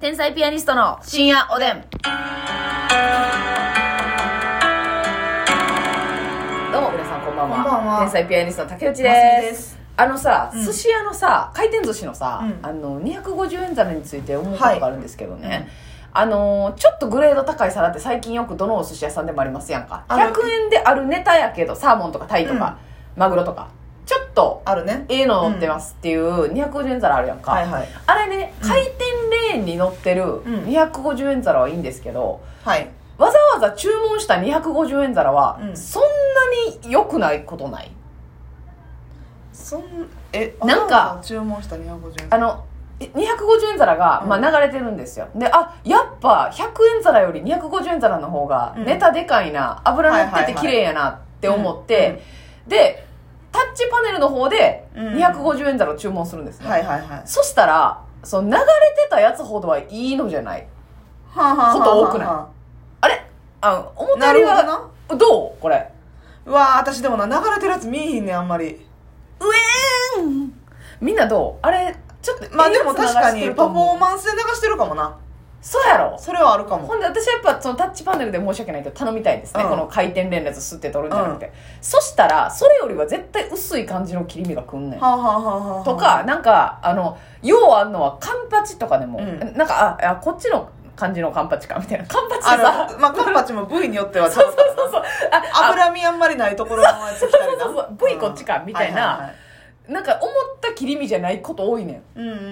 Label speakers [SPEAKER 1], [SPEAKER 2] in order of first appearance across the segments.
[SPEAKER 1] 天才ピアニストの深夜おでん。どうも皆さんこんばんは。
[SPEAKER 2] こんばんは
[SPEAKER 1] 天才ピアニストの竹内
[SPEAKER 2] マスミ
[SPEAKER 1] で
[SPEAKER 2] ですす。
[SPEAKER 1] あのさ、
[SPEAKER 2] うん
[SPEAKER 1] 寿司屋のさ、回転寿司のさ、
[SPEAKER 2] うん
[SPEAKER 1] あの、250円皿について思うことがあるんですけどね。
[SPEAKER 2] はい
[SPEAKER 1] あのーちょっとグレード高い皿って最近よくどのお寿司屋さんでもありますやんか
[SPEAKER 2] ある
[SPEAKER 1] 100円であるネタやけどサーモンとかタイとか、マグロとかちょっと
[SPEAKER 2] あるね
[SPEAKER 1] ええの乗ってますっていう250円皿あるやんか、
[SPEAKER 2] はいはい
[SPEAKER 1] あれね、
[SPEAKER 2] うん
[SPEAKER 1] 回転レーンに乗ってる
[SPEAKER 2] ん
[SPEAKER 1] 250円皿はいいんですけど、
[SPEAKER 2] はい
[SPEAKER 1] わざわざ注文した250円皿は、
[SPEAKER 2] うん
[SPEAKER 1] そんなに良くないことない
[SPEAKER 2] そんえ
[SPEAKER 1] なんか
[SPEAKER 2] 注文した250円
[SPEAKER 1] あの、え250円皿が、
[SPEAKER 2] うん
[SPEAKER 1] まあ、流れてるんですよ。で、あ、やっぱ100円皿より250円皿の方が
[SPEAKER 2] うん
[SPEAKER 1] ネタでかいな、油乗ってて綺麗やなって思って、で、タッチパネルの方で
[SPEAKER 2] うん
[SPEAKER 1] 250円皿を注文するんですね。
[SPEAKER 2] はいはいはい
[SPEAKER 1] そしたら、その流れてたやつほどはいいのじゃない
[SPEAKER 2] はんはんはんはん
[SPEAKER 1] こと多くないあれあ思ったより
[SPEAKER 2] なる
[SPEAKER 1] は、どうこれ。
[SPEAKER 2] うわあ私でもな流れてるやつ見えへんねんあんまり
[SPEAKER 1] うえーんみんなどうあれ、ちょっと、
[SPEAKER 2] まあでも確か
[SPEAKER 1] ええやつ流して
[SPEAKER 2] に
[SPEAKER 1] ると
[SPEAKER 2] パフ
[SPEAKER 1] 思う
[SPEAKER 2] ォーマンスで流してるかもな
[SPEAKER 1] そうやろ
[SPEAKER 2] それはあるかも
[SPEAKER 1] ほんで私はやっぱそのタッチパネルで申し訳ないけど頼みたいんですね、
[SPEAKER 2] うん
[SPEAKER 1] この回転連列吸って取るんじゃなくて、そしたらそれよりは絶対薄い感じの切り身がくんねん
[SPEAKER 2] はあはあはあはあ
[SPEAKER 1] とかなんかあのようあんのはカンパチとかでも、
[SPEAKER 2] うん
[SPEAKER 1] なんかああこっちの感じのカンパチかみたいなカンパチ
[SPEAKER 2] ある
[SPEAKER 1] さ
[SPEAKER 2] まあカンパチも部位によってはち
[SPEAKER 1] そう
[SPEAKER 2] ょっ
[SPEAKER 1] そうそうそうあ
[SPEAKER 2] と脂身あんまりないところのやつ来たりな
[SPEAKER 1] そうそうそう部位こっちかみたいな
[SPEAKER 2] ははは
[SPEAKER 1] なんか思った切り身じゃないこと多いね
[SPEAKER 2] うんうんうんう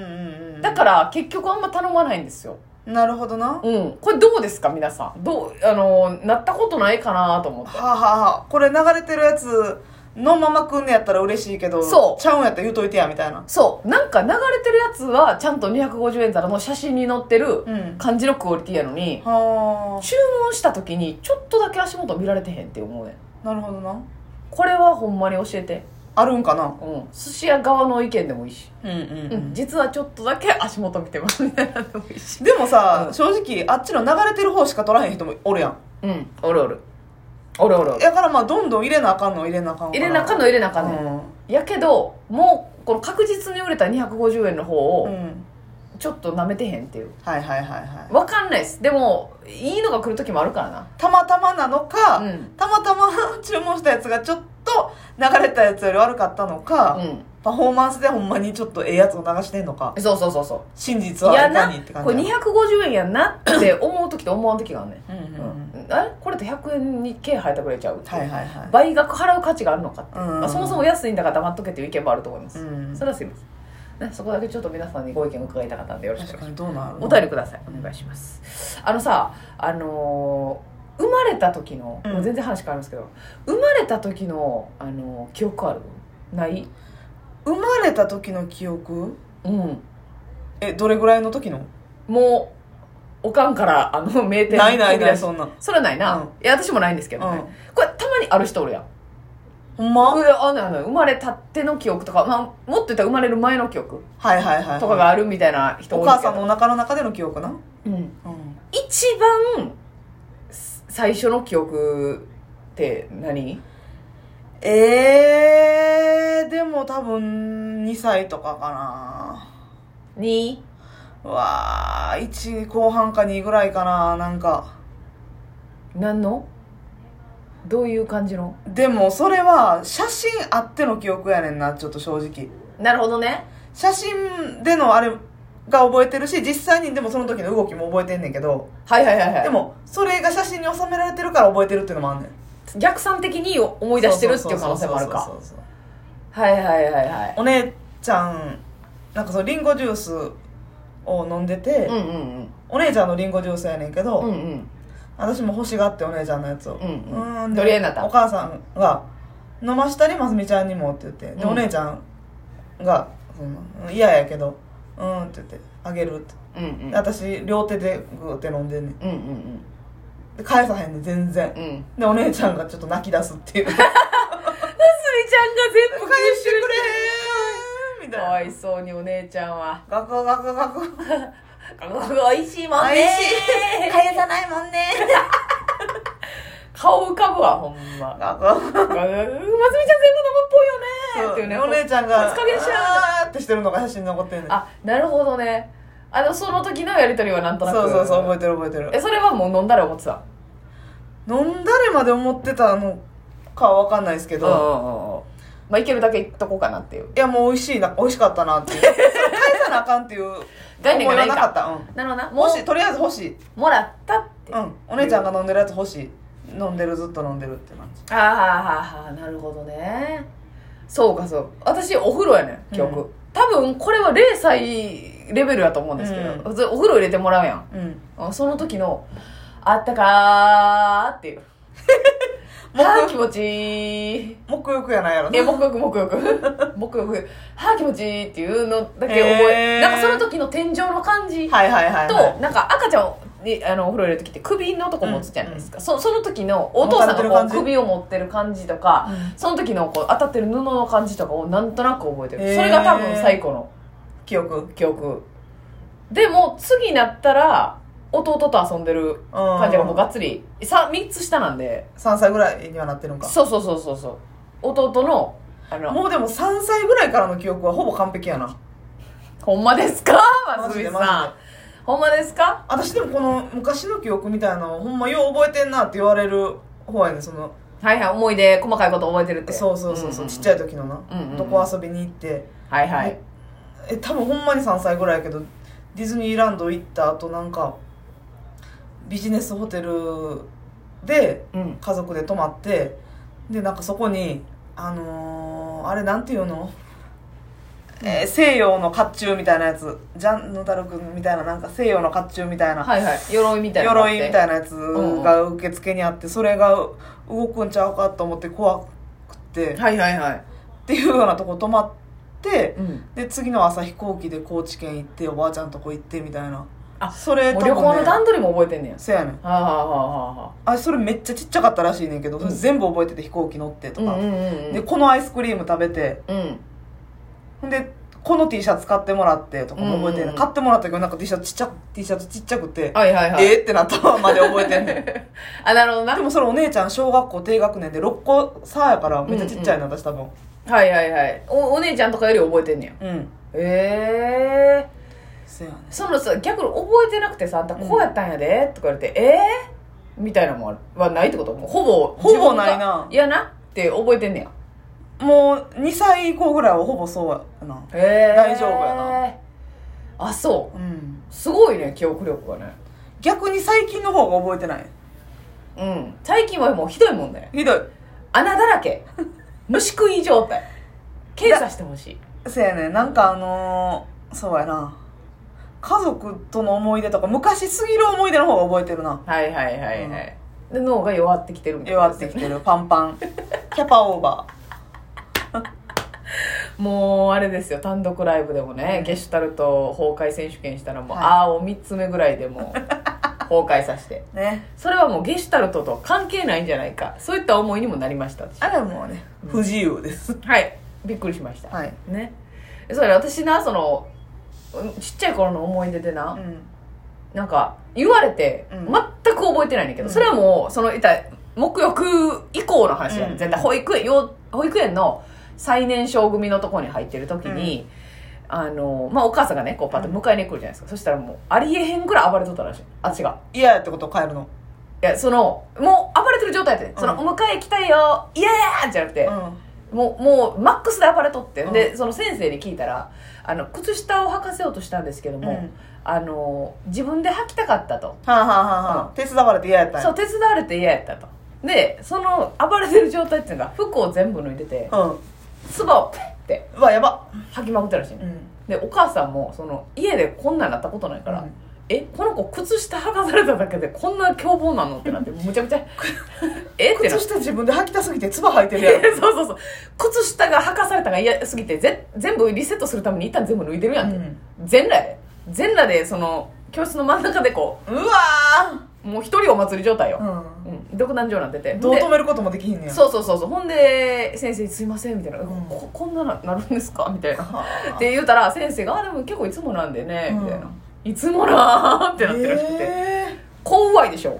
[SPEAKER 2] ん
[SPEAKER 1] んだから結局あんま頼まないんですよ
[SPEAKER 2] なるほどなは
[SPEAKER 1] うんこれどうですか皆さんどうあのなったことないかなと思って
[SPEAKER 2] あはあはあこれ流れてるやつのままくんねやったら嬉しいけど
[SPEAKER 1] そう
[SPEAKER 2] ちゃうんやったら言うといてやみたいな
[SPEAKER 1] そう。なんか流れてるやつは、ちゃんと250円皿の写真に載ってる
[SPEAKER 2] うん
[SPEAKER 1] 感じのクオリティやのに、
[SPEAKER 2] は
[SPEAKER 1] 注文した時に、ちょっとだけ足元見られてへんって思うねん。
[SPEAKER 2] あなるほどな
[SPEAKER 1] これはほんまに教えて。
[SPEAKER 2] あるんかな
[SPEAKER 1] うん。寿司屋側の意見でもいいし。
[SPEAKER 2] うんうん
[SPEAKER 1] うん。実はちょっとだけ足元見てますみたいなのでもいいし。
[SPEAKER 2] でもさ、
[SPEAKER 1] うん
[SPEAKER 2] 正直あっちの流れてる方しか取らへん人もおるやん
[SPEAKER 1] うん。おるおる。おるおるおる。
[SPEAKER 2] だからまあどんどん入れなあかんの入れなあかん
[SPEAKER 1] 入れなあかんの入れなあかんねん。やけど、もう、この確実に売れた250円の方
[SPEAKER 2] うん、
[SPEAKER 1] を、
[SPEAKER 2] うん、
[SPEAKER 1] ちょっと舐めてへんっていう。
[SPEAKER 2] はいはいはいはい
[SPEAKER 1] わかんないです。でも、いいのが来る時もあるからな。
[SPEAKER 2] たまたまなのか、
[SPEAKER 1] うん
[SPEAKER 2] たまたま注文したやつがちょっと流れたやつより悪かったのか、
[SPEAKER 1] うん。
[SPEAKER 2] パフォーマンスでほんまにちょっとええやつを流してんのか
[SPEAKER 1] そうそうそうそう。
[SPEAKER 2] 真実
[SPEAKER 1] い
[SPEAKER 2] は
[SPEAKER 1] や
[SPEAKER 2] いかに
[SPEAKER 1] な
[SPEAKER 2] って感じ
[SPEAKER 1] これ
[SPEAKER 2] や
[SPEAKER 1] 250円やなって思う時と思わん時があるねん、
[SPEAKER 2] うんうんうん
[SPEAKER 1] うんあれこれって100円に毛生えてくれちゃうっていう
[SPEAKER 2] はいはいはい
[SPEAKER 1] 倍額払う価値があるのかっていう
[SPEAKER 2] うんうん
[SPEAKER 1] まあそもそも安いんだから黙っとけっていう意見もあると思います、
[SPEAKER 2] うん
[SPEAKER 1] それはすいません、ね、そこだけちょっと皆さんにご意見を伺いたかったんでよろしく
[SPEAKER 2] 確
[SPEAKER 1] お
[SPEAKER 2] か
[SPEAKER 1] 願いし
[SPEAKER 2] にどうなる
[SPEAKER 1] ます
[SPEAKER 2] の
[SPEAKER 1] お便りくださいお願いしますあのさあのー生まれた時の、
[SPEAKER 2] うん
[SPEAKER 1] もう全然話変わるんですけど生まれた時の、あのー記憶あるない
[SPEAKER 2] 生まれた時の記憶
[SPEAKER 1] うん
[SPEAKER 2] えどれぐらいの時の
[SPEAKER 1] もうおかんからあの名店
[SPEAKER 2] ないない
[SPEAKER 1] 飛び
[SPEAKER 2] な
[SPEAKER 1] 出
[SPEAKER 2] い
[SPEAKER 1] し
[SPEAKER 2] そんなん
[SPEAKER 1] それはないな、
[SPEAKER 2] うん
[SPEAKER 1] いや私もないんですけどね、
[SPEAKER 2] うん
[SPEAKER 1] これたまにある人おるやん
[SPEAKER 2] ほんま
[SPEAKER 1] あ
[SPEAKER 2] はい
[SPEAKER 1] あのあの生まれたっての記憶とか、まあ、もっと言ったら生まれる前の記憶
[SPEAKER 2] はいはいはい
[SPEAKER 1] とかがあるみたいな人
[SPEAKER 2] お
[SPEAKER 1] おる
[SPEAKER 2] 母
[SPEAKER 1] けど
[SPEAKER 2] さんのお腹の中での記憶なうん
[SPEAKER 1] うん、一番す最初の記憶って何
[SPEAKER 2] えー、でも多分2歳とかかな
[SPEAKER 1] に
[SPEAKER 2] うわー1後半か2ぐらいかななんか
[SPEAKER 1] 何のどういう感じの
[SPEAKER 2] でもそれは写真あっての記憶やねんなちょっと正直
[SPEAKER 1] なるほどね
[SPEAKER 2] 写真でのあれが覚えてるし実際にでもその時の動きも覚えてんねんけど
[SPEAKER 1] はいはいはいはい
[SPEAKER 2] でもそれが写真に収められてるから覚えてるっていうのもあんねん
[SPEAKER 1] 逆算的に思い出してるっていう可能性もある
[SPEAKER 2] そう
[SPEAKER 1] か
[SPEAKER 2] そうそうそうそう
[SPEAKER 1] はいはいはいはい
[SPEAKER 2] お姉ちゃんなんかそのリンゴジュースを飲んでて、
[SPEAKER 1] うんうん
[SPEAKER 2] お姉ちゃんのリンゴジュースやねんけど、
[SPEAKER 1] うんうんうん
[SPEAKER 2] 私も欲しがってお姉ちゃんのやつを、
[SPEAKER 1] うんうん
[SPEAKER 2] ーで
[SPEAKER 1] どれになった
[SPEAKER 2] お母さんが「飲ましたりますみちゃんにも」って言ってで、
[SPEAKER 1] うん
[SPEAKER 2] お姉ちゃんが「その嫌やけどうん」って言って「あげる」って、
[SPEAKER 1] うんうん
[SPEAKER 2] で私両手でグーって飲んでんねん
[SPEAKER 1] うんうん
[SPEAKER 2] で返さへんねん全然
[SPEAKER 1] うんうん
[SPEAKER 2] でお姉ちゃんがちょっと泣き出すっていう返して
[SPEAKER 1] すみちゃんが全
[SPEAKER 2] く
[SPEAKER 1] 部
[SPEAKER 2] れーみ
[SPEAKER 1] かわ
[SPEAKER 2] たい
[SPEAKER 1] い
[SPEAKER 2] な
[SPEAKER 1] そうにお姉ちゃんは
[SPEAKER 2] ガクガクガク
[SPEAKER 1] おいしいもん
[SPEAKER 2] 美
[SPEAKER 1] ね
[SPEAKER 2] 味しい返さないもんね
[SPEAKER 1] 顔浮かぶわほんま
[SPEAKER 2] ガク
[SPEAKER 1] まつみちゃん全部子供っぽいよねっていうね
[SPEAKER 2] お姉ちゃんが
[SPEAKER 1] こいつ加減しろよ
[SPEAKER 2] あーってしてるのが写真に残ってんねん
[SPEAKER 1] あなるほどねあのその時のやりとりはなんとなく
[SPEAKER 2] そうそうそう覚えてる覚えてる
[SPEAKER 1] えそれはもう飲んだら思ってた
[SPEAKER 2] 飲んだれまで思ってたのかは分かんないですけ
[SPEAKER 1] うんうん
[SPEAKER 2] ど、
[SPEAKER 1] うんうんまあいけるだけいっとこうかなっていう
[SPEAKER 2] いやもう美味しいな美味しかったなっていう それ返さなあかんっていう思
[SPEAKER 1] 概
[SPEAKER 2] い
[SPEAKER 1] 念がな
[SPEAKER 2] はいな
[SPEAKER 1] か
[SPEAKER 2] かった、うん、
[SPEAKER 1] なるほどなも
[SPEAKER 2] 欲しいうとりあえず欲しい、
[SPEAKER 1] もらったって、
[SPEAKER 2] う
[SPEAKER 1] あ
[SPEAKER 2] ん、お姉ちゃんが飲んでるやつ欲しい飲んでるずっと飲んでるって感じ
[SPEAKER 1] あはあはあなるほどねそうかそう私お風呂やねん記憶、
[SPEAKER 2] う
[SPEAKER 1] 多分これは0歳レベルやと思うんですけど、
[SPEAKER 2] うん
[SPEAKER 1] 普通お風呂入れてもらうやん
[SPEAKER 2] うん
[SPEAKER 1] うんその時のあったかーって いう
[SPEAKER 2] も
[SPEAKER 1] はあ
[SPEAKER 2] く
[SPEAKER 1] 気持ちいい
[SPEAKER 2] もくよくやないやろな
[SPEAKER 1] え、もくよくもくよく。 もくよく。はあ、気持ちいいっていうのだけ覚え。
[SPEAKER 2] へー
[SPEAKER 1] なんかその時の天井の感じと、
[SPEAKER 2] はいはいはい、はい、
[SPEAKER 1] なんか赤ちゃんにあのお風呂入れる時って首のとこ持つじゃないですか。そその時のお父さん
[SPEAKER 2] 持たれてる
[SPEAKER 1] が
[SPEAKER 2] 感
[SPEAKER 1] こ
[SPEAKER 2] じ
[SPEAKER 1] う首を持ってる感じとか、
[SPEAKER 2] うん
[SPEAKER 1] その時のこう当たってる布の感じとかをなんとなく覚えてる。
[SPEAKER 2] へー
[SPEAKER 1] それが多分最古の
[SPEAKER 2] 記憶
[SPEAKER 1] 記憶。でも次になったら、弟と遊んでる感じがもうがっつり、さ3つ下なんで、
[SPEAKER 2] 3歳ぐらいにはなってるんか
[SPEAKER 1] そうそうそうそうそう。弟の、あの、
[SPEAKER 2] もうでも3歳ぐらいからの記憶はほぼ完璧やな
[SPEAKER 1] ほんまですか松井
[SPEAKER 2] マジでマ
[SPEAKER 1] さん。ほんまですか
[SPEAKER 2] 私でもこの昔の記憶みたいなのほんまよう覚えてんなって言われる方やねんその
[SPEAKER 1] はいはい、思い出、細かいこと覚えてるって。
[SPEAKER 2] そうそうそうそ
[SPEAKER 1] ん
[SPEAKER 2] う、
[SPEAKER 1] んん
[SPEAKER 2] ちっちゃい時のな、
[SPEAKER 1] うんうんうん
[SPEAKER 2] どこ遊びに行って
[SPEAKER 1] はいはい。
[SPEAKER 2] え多分ほんまに3歳ぐらいやけどディズニーランド行った後なんかビジネスホテルで
[SPEAKER 1] うん。
[SPEAKER 2] 家族で泊まってでなんかそこにあのーあれなんていうの、えー西洋の甲冑みたいなやつジャンヌ・ダルクみたいななんか西洋の甲冑みたいな、
[SPEAKER 1] はいはい。鎧みたいな。
[SPEAKER 2] 鎧みた
[SPEAKER 1] い
[SPEAKER 2] いなやつが受付にあってそれが動くんちゃうかと思って怖くて
[SPEAKER 1] な。はいはいはい。
[SPEAKER 2] っていうようなとこ泊まって
[SPEAKER 1] うん。
[SPEAKER 2] で次の朝飛行機で高知県行っておばあちゃんとこ行ってみたいな
[SPEAKER 1] あ
[SPEAKER 2] それ
[SPEAKER 1] もう旅行の段
[SPEAKER 2] ね
[SPEAKER 1] 取りも覚えてんねや。
[SPEAKER 2] せやねん
[SPEAKER 1] はあはあはあは
[SPEAKER 2] あそれめっちゃちっちゃかったらしいねんけど、それ
[SPEAKER 1] うん
[SPEAKER 2] 全部覚えてて飛行機乗ってと
[SPEAKER 1] あはあ。
[SPEAKER 2] か、
[SPEAKER 1] うんうんうん。
[SPEAKER 2] で、このアイスクリーム食べて
[SPEAKER 1] うん。
[SPEAKER 2] ほんでこの T シャツ買ってもらってとかも覚えてんね
[SPEAKER 1] う
[SPEAKER 2] ん、
[SPEAKER 1] んうんうん
[SPEAKER 2] 買ってもらったけどなんか T シャツちっちゃ T シャツちっちゃくて、
[SPEAKER 1] はいはいはい。
[SPEAKER 2] えーってなったまで覚えてんねん
[SPEAKER 1] あ、なるほどな。
[SPEAKER 2] でもそれお姉ちゃん小学校低学年で6個差やからめっちゃちっちゃいな、私多分
[SPEAKER 1] はいはいはい。お、お姉ちゃんとかより覚えてんねや。
[SPEAKER 2] うん
[SPEAKER 1] ええ
[SPEAKER 2] そうやね
[SPEAKER 1] そのさ、逆に覚えてなくてさ、あんたこうやったんやでとか言われて、ええみたいなもんあるはないってこともうほぼ、
[SPEAKER 2] ほぼ
[SPEAKER 1] 自分が
[SPEAKER 2] ないない
[SPEAKER 1] やなって覚えてんねや。
[SPEAKER 2] もう2歳以降ぐらいはほぼそうやな
[SPEAKER 1] へえ
[SPEAKER 2] 大丈夫やな
[SPEAKER 1] あそ
[SPEAKER 2] うん
[SPEAKER 1] うすごいね記憶力がね
[SPEAKER 2] 逆に最近の方が覚えてない
[SPEAKER 1] うん最近はもうひどいもんね
[SPEAKER 2] ひどい
[SPEAKER 1] 穴だらけ虫食い状 態検査してほしい
[SPEAKER 2] そうやねなんかあのー、そうやな家族との思い出とか昔すぎる思い出の方が覚えてるな
[SPEAKER 1] はいはいはいはい、で脳が弱ってきてるみたいな
[SPEAKER 2] 弱ってきてるパンパン キャパオーバ
[SPEAKER 1] もうあれですよ単独ライブでもね、
[SPEAKER 2] うん
[SPEAKER 1] ゲシュタルト崩壊選手権したらもう、
[SPEAKER 2] はい
[SPEAKER 1] ああを3つ目ぐらいでも う崩壊させて
[SPEAKER 2] ーね
[SPEAKER 1] それはもうゲシュタルトとは関係ないんじゃないかそういった思いにもなりました私
[SPEAKER 2] あれはもうね
[SPEAKER 1] うん
[SPEAKER 2] 不自由です、
[SPEAKER 1] はいびっくりしました
[SPEAKER 2] はい
[SPEAKER 1] ねそれ私なそのうんちっちゃい頃の思い出でな、
[SPEAKER 2] うん
[SPEAKER 1] なんか言われて
[SPEAKER 2] うん
[SPEAKER 1] 全く覚えてないねんだけど、
[SPEAKER 2] うん
[SPEAKER 1] それはもうそのいた木浴以降の話やん、
[SPEAKER 2] うん
[SPEAKER 1] 絶対保育園幼保育園の最年少組のとこに入ってる時に、あのまあ、お母さんがねこうパッと迎えに来るじゃないですか、そしたらもうありえへんぐらい暴れとったらしいあ違う
[SPEAKER 2] 嫌やってことを変えるの
[SPEAKER 1] いやそのもう暴れてる状態で、その
[SPEAKER 2] うん
[SPEAKER 1] お迎え来たいよイエーイじゃなくて、
[SPEAKER 2] うん
[SPEAKER 1] もう、もう、マックスで暴れとって、
[SPEAKER 2] うん
[SPEAKER 1] で、その先生に聞いたら、あの、靴下を履かせようとしたんですけども、
[SPEAKER 2] うん
[SPEAKER 1] あの、自分で履きたかったと。
[SPEAKER 2] はあ、はあはあはあ
[SPEAKER 1] うん
[SPEAKER 2] 手伝われて嫌やったんや
[SPEAKER 1] そう、手伝われて嫌やったと。で、その、暴れてる状態っていうのが、服を全部脱いでて、
[SPEAKER 2] うん
[SPEAKER 1] 唾をペッて
[SPEAKER 2] うわやば
[SPEAKER 1] 吐きまくってるらしいね、
[SPEAKER 2] ん
[SPEAKER 1] で、お母さんも、その、家でこんなんなったことないから、
[SPEAKER 2] うん
[SPEAKER 1] え、この子靴下履かされただけでこんな凶暴なのって なって、むちゃくちゃ、えってな
[SPEAKER 2] 靴
[SPEAKER 1] って。
[SPEAKER 2] 下自分で履きたすぎて唾吐いてるや ろ
[SPEAKER 1] そうそうそう。靴下が履かされたのが嫌すぎて、ぜ全部リセットするために一旦全部脱いでるやんって。全裸で全裸でその教室の真ん中でこ
[SPEAKER 2] うわ
[SPEAKER 1] うもう一人お祭り状態よ、
[SPEAKER 2] ー、
[SPEAKER 1] うん独壇場になってて
[SPEAKER 2] どう
[SPEAKER 1] で
[SPEAKER 2] 止めることもできひんねや
[SPEAKER 1] そうそうそうそうほんで先生に「すいません」みたいな、
[SPEAKER 2] ん
[SPEAKER 1] ここんなななるんですか?」みたいな
[SPEAKER 2] はあ
[SPEAKER 1] って言うたら先生があ「でも結構いつもなんでね」みたいな
[SPEAKER 2] う
[SPEAKER 1] 「いつもな」ってなってるらしくて
[SPEAKER 2] え
[SPEAKER 1] 怖いでしょ、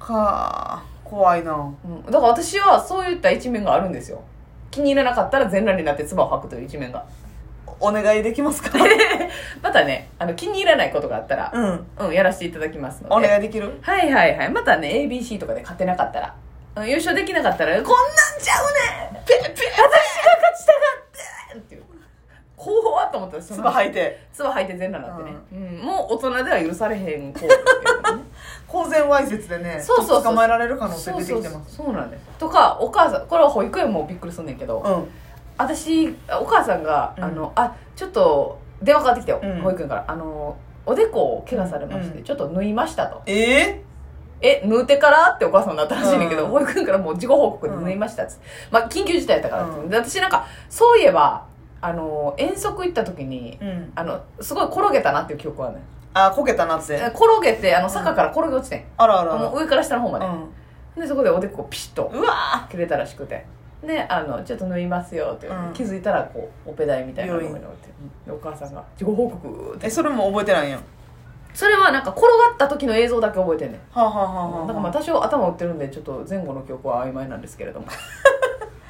[SPEAKER 2] ーかあ怖いな
[SPEAKER 1] うん、だから私はそういった一面があるんですよ気に入らなかったら全裸になって唾を吐くという一面が
[SPEAKER 2] お願いできますか
[SPEAKER 1] またね、あの、気に入らないことがあったら、
[SPEAKER 2] うん
[SPEAKER 1] うん、やらせていただきますので。
[SPEAKER 2] お願いできる
[SPEAKER 1] はいはいはい。またね、ABC とかで勝てなかったら、うん優勝できなかったら、こんなんちゃうねんペペ私が勝ちたかったっていう。こうはと思ったら、そ
[SPEAKER 2] 唾
[SPEAKER 1] の
[SPEAKER 2] 吐いて
[SPEAKER 1] 唾吐いて全裸になってね、うんもう大人では許されへん行為ですけ どね
[SPEAKER 2] 公然わいせつでね
[SPEAKER 1] そうそうそう
[SPEAKER 2] 捕まえられる可能性
[SPEAKER 1] そう
[SPEAKER 2] 出て
[SPEAKER 1] そ
[SPEAKER 2] き
[SPEAKER 1] う
[SPEAKER 2] て
[SPEAKER 1] そう
[SPEAKER 2] ます
[SPEAKER 1] そうなんですとかお母さんこれは保育園もびっくりすんねんけど、
[SPEAKER 2] うん
[SPEAKER 1] 私お母さんが、
[SPEAKER 2] うん
[SPEAKER 1] あのあちょっと電話かかってきたよ、
[SPEAKER 2] うん
[SPEAKER 1] 保育園からあのおでこを怪我されまして、
[SPEAKER 2] うん
[SPEAKER 1] ちょっと縫いましたと
[SPEAKER 2] ええ
[SPEAKER 1] え縫うてからってお母さんになったらしいねんだけど、
[SPEAKER 2] うん
[SPEAKER 1] 保育園からもう事後報告で縫いましたっつって、まあ緊急事態やったからって、
[SPEAKER 2] うん
[SPEAKER 1] で私なんかそういえばあの遠足行った時に
[SPEAKER 2] うん
[SPEAKER 1] あのすごい転げたなっていう記憶はね
[SPEAKER 2] あこけたなっ
[SPEAKER 1] え
[SPEAKER 2] て
[SPEAKER 1] 転げてあの坂から転げ落ちてん、
[SPEAKER 2] あらあらあ
[SPEAKER 1] もう
[SPEAKER 2] ら
[SPEAKER 1] 上から下の方まで、
[SPEAKER 2] うん
[SPEAKER 1] でそこでおでこをピシッと
[SPEAKER 2] うわ
[SPEAKER 1] 切れたらしくてであの「ちょっと縫いますよ」って言って、
[SPEAKER 2] うん
[SPEAKER 1] 気づいたらこうオペ台みたいなのに置いてでお母さんが「自己報告」っ
[SPEAKER 2] ー
[SPEAKER 1] て
[SPEAKER 2] えそれも覚えてないんや
[SPEAKER 1] それはなんか転がった時の映像だけ覚えてんねん
[SPEAKER 2] はあはあはあは
[SPEAKER 1] な
[SPEAKER 2] あ
[SPEAKER 1] んかまあ多少頭打ってるんでちょっと前後の記憶は曖昧なんですけれども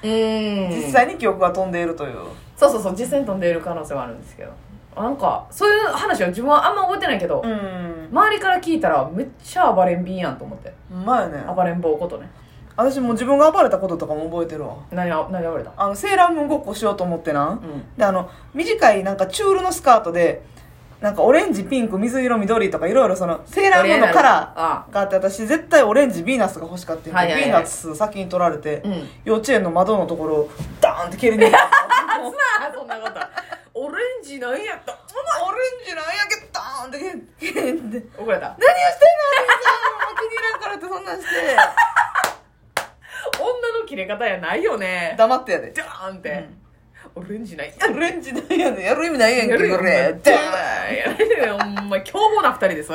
[SPEAKER 1] うーん
[SPEAKER 2] 実際に記憶が飛んでいるという
[SPEAKER 1] そうそうそう実際に飛んでいる可能性はあるんですけどなんかそういう話は自分はあんま覚えてないけど、
[SPEAKER 2] うん
[SPEAKER 1] 周りから聞いたらめっちゃ暴れんびんやんと思って
[SPEAKER 2] まあやね
[SPEAKER 1] 暴れん坊ことね
[SPEAKER 2] 私もう自分が暴れたこととかも覚えてるわ
[SPEAKER 1] 何が何が暴れた
[SPEAKER 2] あのセーラームーンごっこしようと思ってな
[SPEAKER 1] うん
[SPEAKER 2] であの短いなんかチュールのスカートでなんかオレンジピンク水色緑とかいろいろそのセーラームーンのカラ
[SPEAKER 1] あ
[SPEAKER 2] ーがあって私絶対オレンジヴィーナスが欲しかったんやけ
[SPEAKER 1] はい
[SPEAKER 2] ど
[SPEAKER 1] はい
[SPEAKER 2] ヴィー
[SPEAKER 1] はい
[SPEAKER 2] ナス先に取られて、
[SPEAKER 1] うん
[SPEAKER 2] 幼稚園の窓のところをダーンって蹴りに行ったもう
[SPEAKER 1] あそんなことオレンジなんやった
[SPEAKER 2] オレンジなんやけどダーンって蹴りに行って
[SPEAKER 1] 怒られた
[SPEAKER 2] 何をしてんのお兄ちゃんもう気に入らんからってそんなんして
[SPEAKER 1] 女の切れ方やないよね
[SPEAKER 2] 黙ってやで
[SPEAKER 1] ダーンって、オレンジなんや
[SPEAKER 2] オレンジなんやねんやる意味ないやんけ
[SPEAKER 1] やるよ
[SPEAKER 2] これ
[SPEAKER 1] ねダーンやられてるよほんま凶暴な二人です